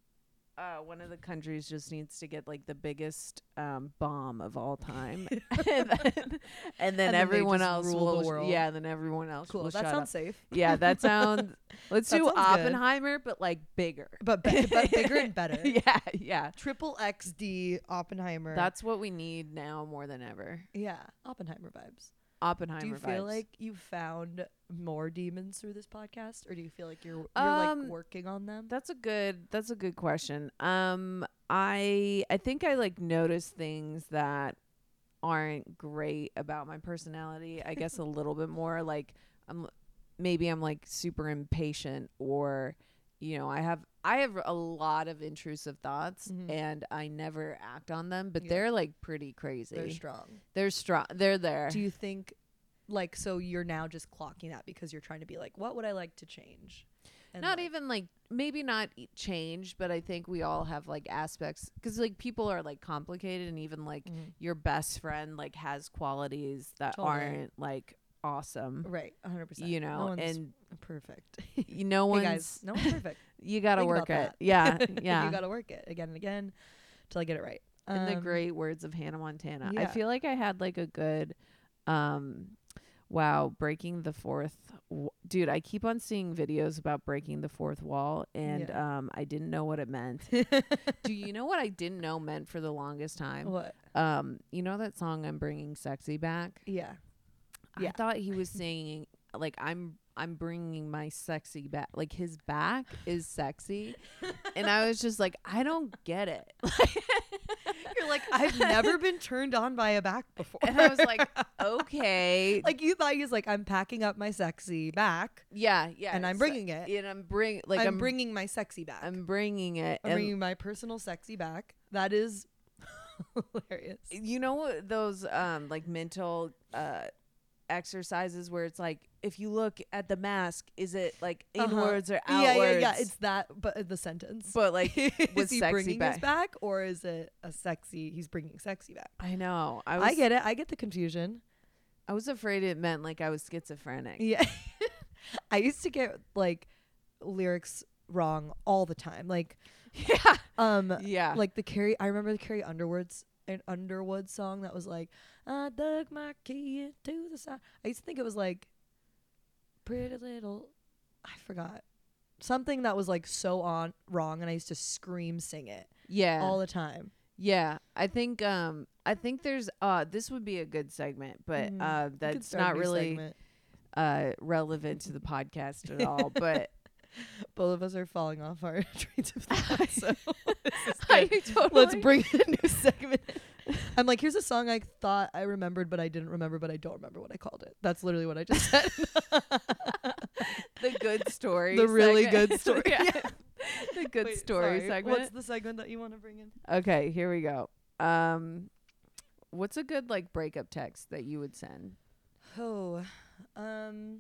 uh, one of the countries just needs to get like the biggest um, bomb of all time, and then, and then they everyone just else rule the will. sh- world. Yeah, and then everyone else Cool. will that shut sounds up. safe. Yeah, that sounds. Let's That do sounds good. Oppenheimer, but like bigger. But, be- but bigger and better. yeah, yeah. Triple XD Oppenheimer. That's what we need now more than ever. yeah, Oppenheimer vibes. Oppenheimer. do you feel vibes. like you found more demons through this podcast, or do you feel like you're you're Um, like working on them? That's a good that's a good question. Um I I think I like notice things that aren't great about my personality. I guess a little bit more like I'm maybe I'm like super impatient or you know, I have I have a lot of intrusive thoughts Mhm. and I never act on them, but Yeah. they're like pretty crazy. They're strong. They're strong. They're there. Do you think, like, so you're now just clocking that because you're trying to be like, what would I like to change? And not like- even like maybe not e- change but i think we all have like aspects because like people are like complicated and even like Mhm. your best friend like has qualities that Totally. aren't like awesome right, 100. percent you know no one's and perfect. you no one's hey guys, no one's perfect. you gotta Think work about it that. yeah yeah you gotta work it again and again till I get it right. in the Um, great words of hannah montana i yeah. feel like i had like a good um wow breaking the fourth w- dude i keep on seeing videos about breaking the fourth wall and um i didn't know what it meant Do you know what I didn't know meant for the longest time? what? Um, you know that song I'm bringing sexy back? Yeah, Yeah. I thought he was singing like I'm I'm bringing my sexy back. Like his back is sexy. and I was just like, I don't get it. you're like I've never been turned on by a back before. And I was like, okay. like you thought he's like I'm packing up my sexy back yeah, yeah. and I'm so- bringing it. and I'm bring like I'm, I'm, bringing my sexy back. I'm bringing it. I'm and bringing my personal sexy back. That is hilarious. you know what those um like mental uh exercises where it's like if you look at the mask is it like Uh-huh. inwards or Yeah, outwards yeah, yeah. It's that, but the sentence. but like is with he sexy bringing back. his back, or is it a sexy? He's bringing sexy back. i know i I, was I, get it. I get the confusion. was afraid it meant like i was schizophrenic Yeah, I used to get like lyrics wrong all the time. Like, yeah um, Uh, yeah like the Carrie. I remember the Carrie Underwood's an Underwood song that was like, "I dug my key into the side." I used to think it was like, "Pretty little," I forgot something that was like so on wrong, and I used to scream sing it yeah all the time. yeah i think um i think there's uh this would be a good segment but Mhm. uh We could that's start a not new really segment. uh relevant to the podcast at all but Both of us are falling off our trains of thought. So this is I good. totally let's bring in a new segment. I'm like, here's a song I thought I remembered, but I didn't remember, but I don't remember what I called it. That's literally what I just said. the good story The really segment. good story. Yeah. the good Wait, story sorry, segment What's the segment that you want to bring in? okay here we go um what's a good like breakup text that you would send Oh, um,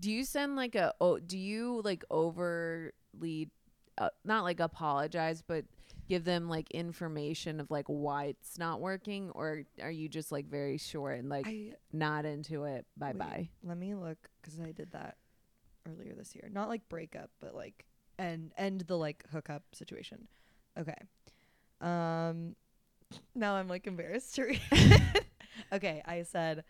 do you send like a oh do you like overly uh, not like apologize but give them like information of like why it's not working or are you just like very short and like I not into it bye Wait. bye let me look because I did that earlier this year. Not like breakup, but like end end the like hookup situation. Okay. Um, now I'm like embarrassed to read. okay, I said,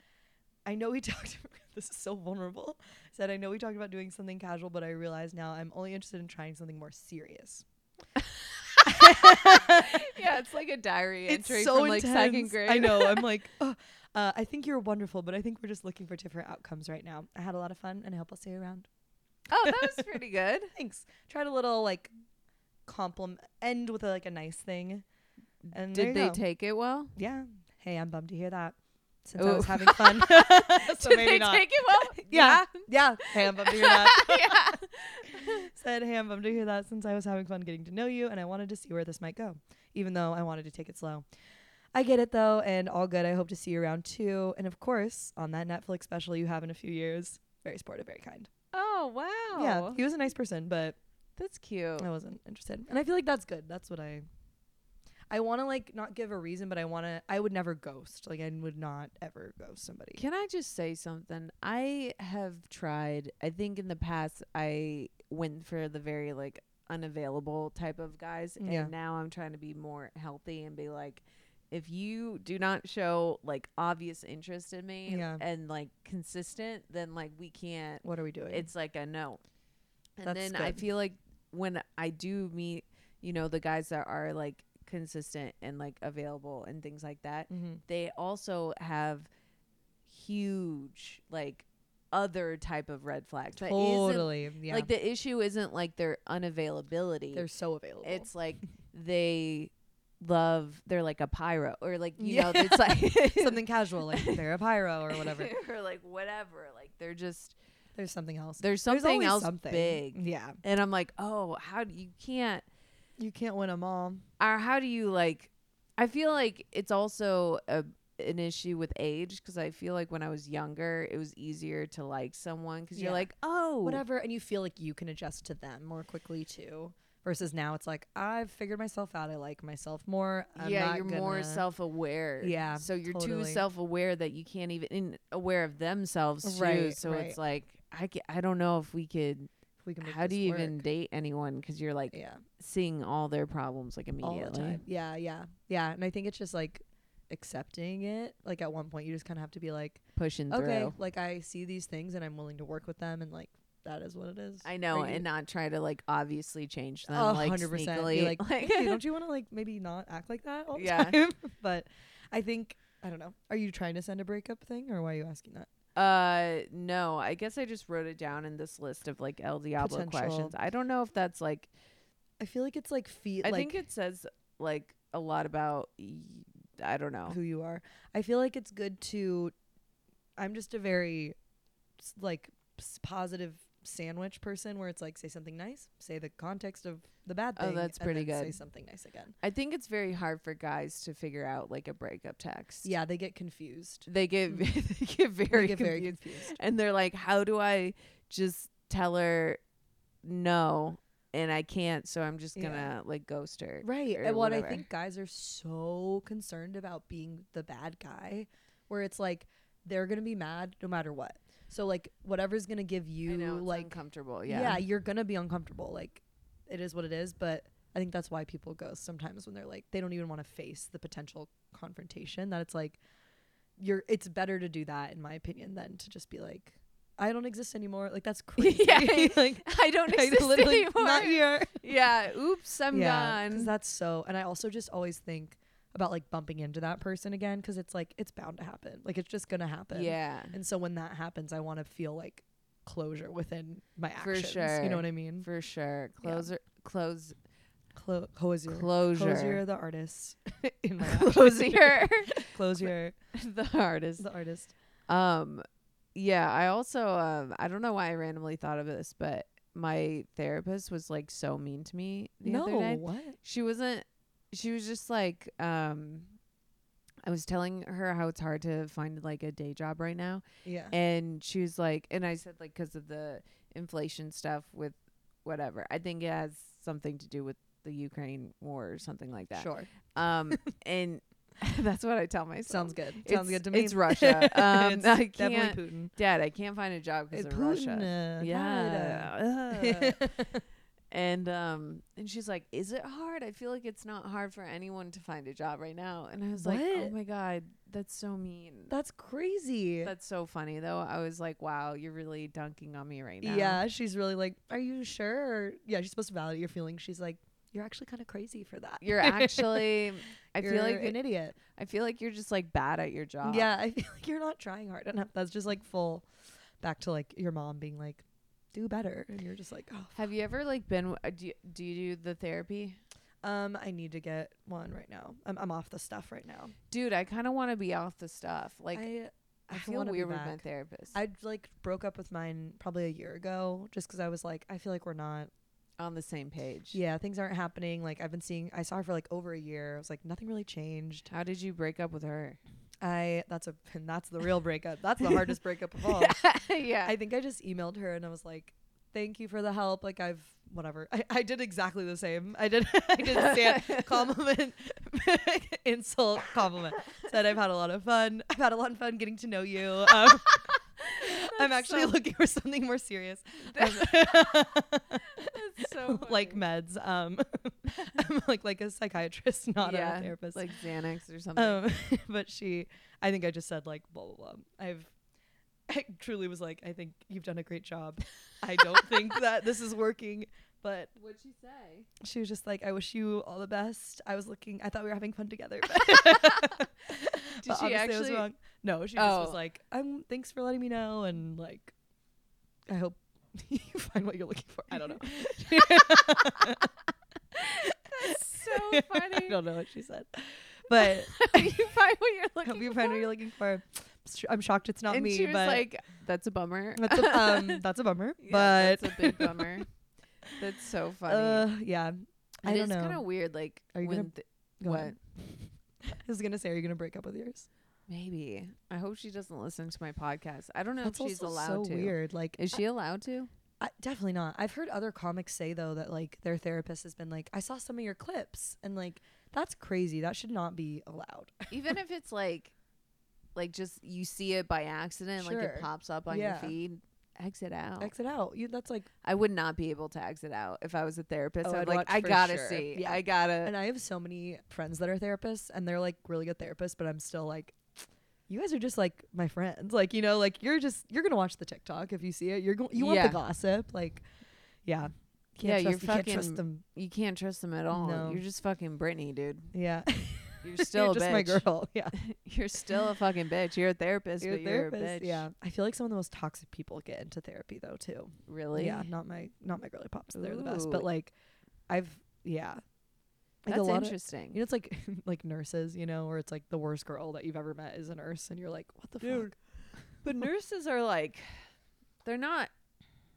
I know we talked. this is so vulnerable. I said I know we talked about doing something casual, but I realize now I'm only interested in trying something more serious. yeah it's like a diary entry from like second grade I know. I'm like, oh, uh, I think you're wonderful, but I think we're just looking for different outcomes right now. I had a lot of fun, and I hope I'll see you around. oh that was pretty good Thanks. Tried a little like compliment, end with a, like a nice thing. And there did you they go. take it well Yeah. hey, I'm bummed to hear that. Since I Ooh. was having fun. Oh. so Did maybe they not. take it well? Yeah. yeah. Hey, I'm bummed to hear that. yeah. Said, hey, I'm bummed to hear that since I was having fun getting to know you and I wanted to see where this might go, even though I wanted to take it slow. I get it though, and all good. I hope to see you around too. And of course, on that Netflix special you have in a few years. Very supportive, very kind. Oh wow. Yeah, he was a nice person, but That's cute. I wasn't interested. And I feel like that's good. That's what I I want to like not give a reason, but I want to I would never ghost. Like I would not ever ghost somebody. Can I just say something? I have tried. I think in the past I went for the very like unavailable type of guys, Yeah. and now I'm trying to be more healthy and be like, if you do not show like obvious interest in me Yeah. and like consistent, then like we can't what are we doing? it's like a no. And That's then I good. feel like when I do meet, you know, the guys that are like consistent and like available and things like that, Mhm. they also have huge like other type of red flags. that isn't- totally. Yeah. Like the issue isn't like their unavailability. they're so available. it's like they love they're like a pyro or like you know Yeah. it's like something casual like they're a pyro or whatever. or like whatever like they're just There's something else. there's There's something always else something. big Yeah. and I'm like, oh, how do you can't You can't win them all. or how do you like? I feel like it's also a an issue with age because I feel like when I was younger, it was easier to like someone because Yeah. you're like, oh, Whatever and you feel like you can adjust to them more quickly too. Versus now it's like I've figured myself out. I like myself more. I'm yeah, not you're more gonna- self aware. Yeah, so you're too totally. self aware that you can't even and aware of themselves too. Right, so right. it's like I ca- I don't know if we could. We can make How do this you work. even date anyone because you're like Yeah. seeing all their problems like immediately. all the time. Yeah, yeah, yeah. And I think it's just like accepting it. Like at one point, you just kind of have to be like, Pushing okay, through. like I see these things and I'm willing to work with them, and like that is what it is. I know, Are you- and not try to like obviously change them, A like hundred percent. Be sneakily. Like, "Hey, don't you want to like maybe not act like that all the Yeah. time? but I think I don't know. Are you trying to send a breakup thing, or why are you asking that? uh, no, I guess I just wrote it down in this list of like El Diablo Potential. questions. I don't know if that's like. I feel like it's like feet. I like, think it says like a lot about. y- I don't know. who you are. I feel like it's good to. I'm just a very, s- like, s- positive sandwich person where it's like say something nice, say the context of the bad Oh, thing. that's and pretty then Say good. something nice again. I think it's very hard for guys to figure out like a breakup text. Yeah, they get confused. they get they get very they get very confused, confused. and they're like, "How do I just tell her no?" And I can't, so I'm just Yeah. gonna like ghost her. Right. or And what I whatever. think guys are so concerned about being the bad guy, where it's like they're gonna be mad no matter what. So like whatever's gonna give you I know, it's like uncomfortable. yeah. Yeah. you're gonna be uncomfortable. Like, it is what it is. But I think that's why people ghost sometimes when they're like they don't even want to face the potential confrontation. That it's like you're. It's better to do that, in my opinion, than to just be like, I don't exist anymore. Like that's crazy. Yeah. like I don't I exist literally anymore. not here. yeah. Oops, I'm yeah, 'cause gone. that's so. And I also just always think about like bumping into that person again because it's like it's bound to happen. Like it's just gonna happen. yeah, And so when that happens, I want to feel like closure within my For actions. You sure. know what I mean? for sure. Closer, close, Clo- closure. closure, Closure, the artist. In my life. closier. Closure, the hardest. the artist. Um, yeah. I also, um, I don't know why I randomly thought of this, but my therapist was like so mean to me the other day. what? she wasn't she was just like um i was telling her how it's hard to find like a day job right now Yeah. and she was like and i said like 'cause of the inflation stuff with whatever i think it has something to do with the ukraine war or something like that Sure. um and that's what i tell myself Sounds good. It's- Sounds good to me. it's Russia. Um, It's I can't- definitely Putin. dad i can't find a job 'cause It's of russia Putin. uh, Canada. yeah Ugh. and um and she's like is it hard i feel like it's not hard for anyone to find a job right now and i was like oh What? my god that's so mean That's crazy. that's so funny though i was like wow you're really dunking on me right now yeah, she's really like, are you sure? Or- Yeah, she's supposed to validate your feelings. She's like, you're actually kind of crazy for that. you're actually i You're feel like an idiot. i feel like you're just like bad at your job Yeah, I feel like you're not trying hard enough. That's just like full back to like your mom being like, do better. And you're just like, oh, have you ever like been uh, do you, do you do the therapy Um, I need to get one right now. I'm, I'm off the stuff right now. Dude, I kind of want to be off the stuff. Like, I, I, I, feel weird with my back. therapist I like broke up with mine probably a year ago, just because I was like, I feel like we're not. on the same page. Yeah, things aren't happening. Like I've been seeing, I saw her for like over a year. I was like, nothing really changed. How did you break up with her? I that's a and that's the real breakup. That's the hardest breakup of all. yeah. I think I just emailed her and I was like, "Thank you for the help. Like I've whatever. I, I did exactly the same. I did I did stand compliment, insult, compliment. Said I've had a lot of fun. I've had a lot of fun getting to know you. Um, I'm That's actually so- looking for something more serious, That's so like funny. meds. Um, I'm like like a psychiatrist, not Yeah, a therapist. like Xanax or something. Um, but she, I think I just said like blah blah blah. I've, I truly was like, I think you've done a great job. I don't think that this is working. But What'd she say? she was just like, I wish you all the best. I was looking, I thought we were having fun together. But, Did but she obviously I was actually? wrong. No, she just was Oh. like, I'm thanks for letting me know, and like, I hope you find what you're looking for. I don't know. That's so I funny. don't know what she said, but you find what you're looking hope you find for? what you're looking for. I'm sh- I'm shocked it's not and me, she was but like, "That's a bummer." that's a, um, that's a bummer. Yeah, but that's a big bummer. That's so funny. uh, yeah, I don't It's know. kind of weird. Like, Are you when gonna- th- Go what? on. I was gonna say, are you gonna break up with yours? Maybe. I hope she doesn't listen to my podcast. I don't know That's if she's also allowed so to. weird. Like, Is she allowed to? I, definitely not. I've heard other comics say though that like their therapist has been like, I saw some of your clips, and like that's crazy. That should not be allowed. Even if it's like, like just you see it by accident, like Sure. it pops up on Yeah. your feed. Exit out. Exit out. You that's like, I would not be able to exit out if I was a therapist. Oh, I'd I'd like, watch I for gotta sure. see. Yeah. I gotta. and I have so many friends that are therapists, and they're like really good therapists, but I'm still like. You guys are just like my friends, like you know, like you're just you're gonna watch the TikTok if you see it. You're going, you want Yeah. the gossip, like, yeah, Yeah, can't trust, you're you can't fucking- trust them. you can't trust them at all. No. You're just fucking Britney, dude. Yeah, You're still a just bitch. my girl. Yeah, You're still a fucking bitch. You're a therapist, You're a but you're a therapist, bitch. Yeah, I feel like some of the most toxic people get into therapy though too. Really? Yeah, not my not my girly pops. They're the best. But Ooh. like, I've yeah, like That's a lot of- interesting. you know, it's like like nurses, you know, where it's like the worst girl that you've ever met is a nurse, and you're like, what the Dude. but nurses are like they're not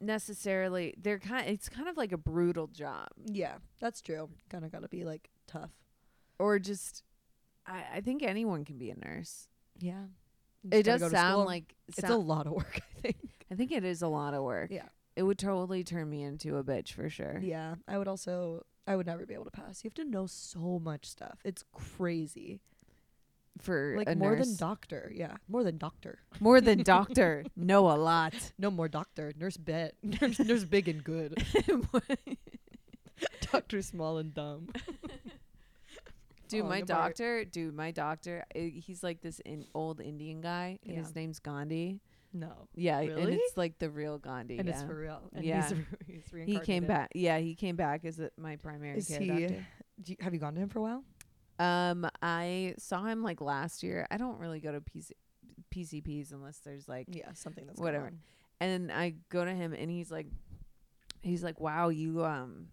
necessarily they're kind it's kind of like a brutal job fuck? Yeah, that's true. Kind of gotta be like tough. or just I, I think anyone can be a nurse. Yeah, It does sound like it's a sound- lot of work. I think. I think it is a lot of work. Yeah. It would totally turn me into a bitch for sure. Yeah, I would also. I would never be able to pass. You have to know so much stuff. It's crazy. For Like a more nurse. than doctor. Yeah, more than doctor. more than doctor, know a lot. No more doctor. Nurse bet. Nurse, nurse big and good. doctor small and dumb. Oh, Dude, falling my apart. doctor, dude, my doctor, i he's like this in, old Indian guy, and Yeah. his name's Gandhi. No. Yeah, and Really? it's like the real Gandhi. And yeah. it's for real. And Yeah. he's, he's he reincarnated. came back. Yeah, he came back as a, my primary Is care he- doctor. Do you, have you gone to him for a while? Um, I saw him like last year. I don't really go to PC, PCPs unless there's like, Yeah, something that's going Whatever. and I go to him, and he's like, he's like, wow, you um,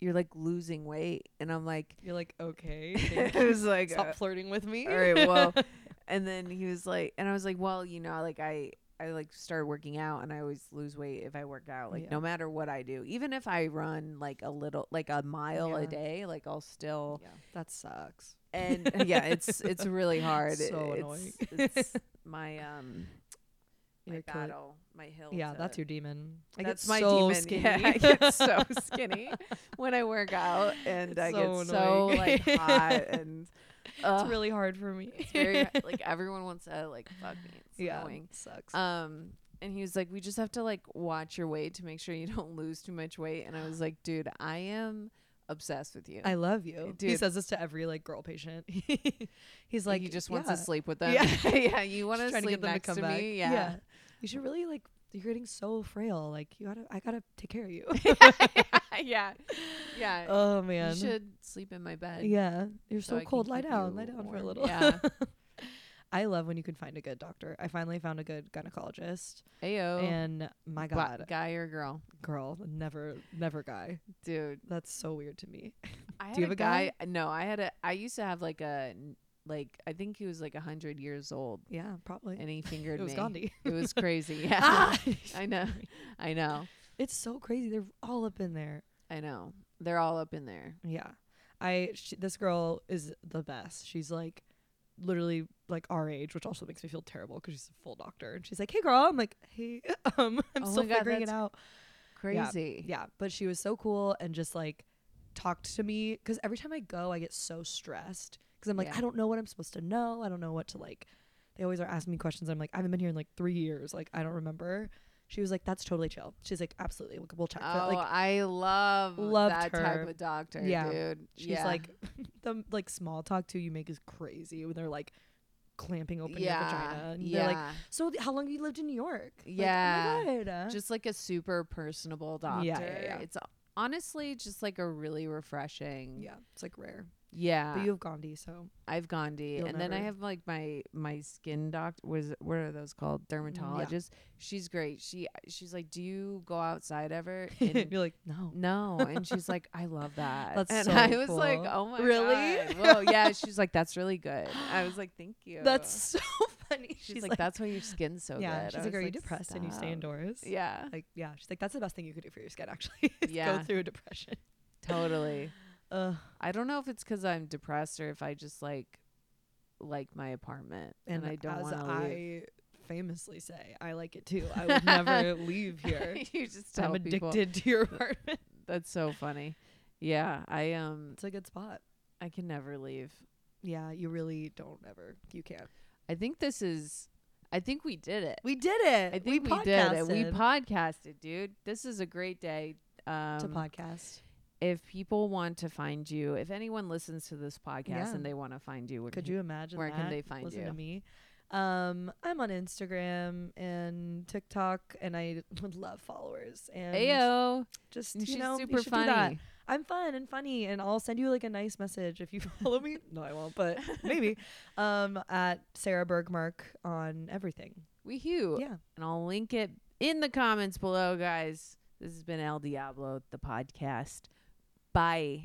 you're like losing weight, and I'm like, You're like okay. it thank you. was like, Stop uh, flirting with me. all right, well, and then he was like, and I was like, well, you know, like I. I like started working out and I always lose weight if I work out. Like Yeah. no matter what I do. Even if I run like a little like a mile a Yeah. day, like I'll still yeah, that sucks. and uh, yeah, it's it's really hard. It- So it's, annoying. It's my um my Your Achilles- battle, my hill. Yeah, to- that's your demon. I get that's my so demon. Skinny. Yeah, I get so skinny when I work out, and It's I so get so annoying. like hot and ugh, it's really hard for me. it's very like everyone wants to like fuck me. It's yeah, annoying. sucks. Um. And he was like, "We just have to like watch your weight to make sure you don't lose too much weight." And I was like, "Dude, I am obsessed with you." I love you. He dude. says this to every like girl patient. He's like he just wants yeah. to sleep with them. Yeah. yeah, you want Just to trying sleep get them next come to, back. me. Yeah. You should really like you're getting so frail. Like you gotta I gotta take care of you. yeah, yeah. oh you man. should sleep in my bed. Yeah. You're so, so I can cold. Lie keep down. you Lie down for a warm. little. Yeah. I love when you can find a good doctor. I finally found a good gynecologist, Ayo. and my Black God, guy or girl, girl, never, never guy. dude. That's so weird to me. I had Do you a have a guy? guy? No, I had a. I used to have like a n- like I think he was like a hundred years old, Yeah, probably. and he fingered it was me. Gandhi. It was crazy. Yeah, Ah! I know. I know. it's so crazy. They're all up in there. I know. They're all up in there. Yeah. I she, this girl is the best. She's like literally like our age, which also makes me feel terrible because she's a full doctor. And she's like, "Hey, girl." I'm like, "Hey, um, I'm Oh my still God, figuring it that's out." Crazy. Yeah, but she was so cool and just like talked to me because every time I go, I get so stressed because I'm like, Yeah. I don't know what I'm supposed to know. I don't know what to like. They always are asking me questions. I'm like, I haven't been here in like three years. Like, I don't remember. She was like, "That's totally chill." She's like, "Absolutely, we'll, we'll check." that." Oh, Like, I love loved that type her. of doctor, Yeah. dude. She's yeah. like the like small talk too you make is crazy when they're like clamping open your vagina and yeah. they're like, So th- how long have you lived in New York? Like, Yeah. oh my God. just like a super personable doctor. yeah, yeah. It's honestly just like a really refreshing. yeah, it's like rare. Yeah. But you have Gandhi, so I've Gandhi, You'll and then I never- have like my my skin doctor. Was what are those Mm, called? Dermatologist. She's great. She she's like, do you go outside ever? and And you're like, no. no, and she's like, I love that. That's and so I was like, cool. oh my Really? god. Well, yeah. She's like, that's really good. I was like, thank you. That's so funny. she's, like, that's why your skin's so yeah. good. I She's like, was are you depressed and you "Stop." stay indoors? Yeah, Like yeah. She's like, that's the best thing you could do for your skin actually. is Yeah. Go through a depression. totally. Ugh. I don't know if it's because I'm depressed or if I just like like my apartment and, I don't as want to leave. I famously say, I like it too. I would never leave here. you just tell I'm people. addicted to your apartment. That's so funny. Yeah, I um It's a good spot. I can never leave. Yeah, you really don't ever. You can't. I think this is I think we did it. We did it. I think we, did it. We podcasted, dude. This is a great day. Um to podcast. if people want to find you, if anyone listens to this podcast Yeah. and they want to find you, where Could can- you imagine? where can that? they find Listen you? to me. Um, I'm on Instagram and TikTok, and I would love followers. And Ayo. just And you she's know, you super should do that. funny. I'm fun and funny, and I'll send you like a nice message if you follow me. no, I won't, but maybe. Um, at Sarah Bergmark on everything. We hue. Yeah. And I'll link it in the comments below, guys. This has been El Diablo, the podcast. Bye.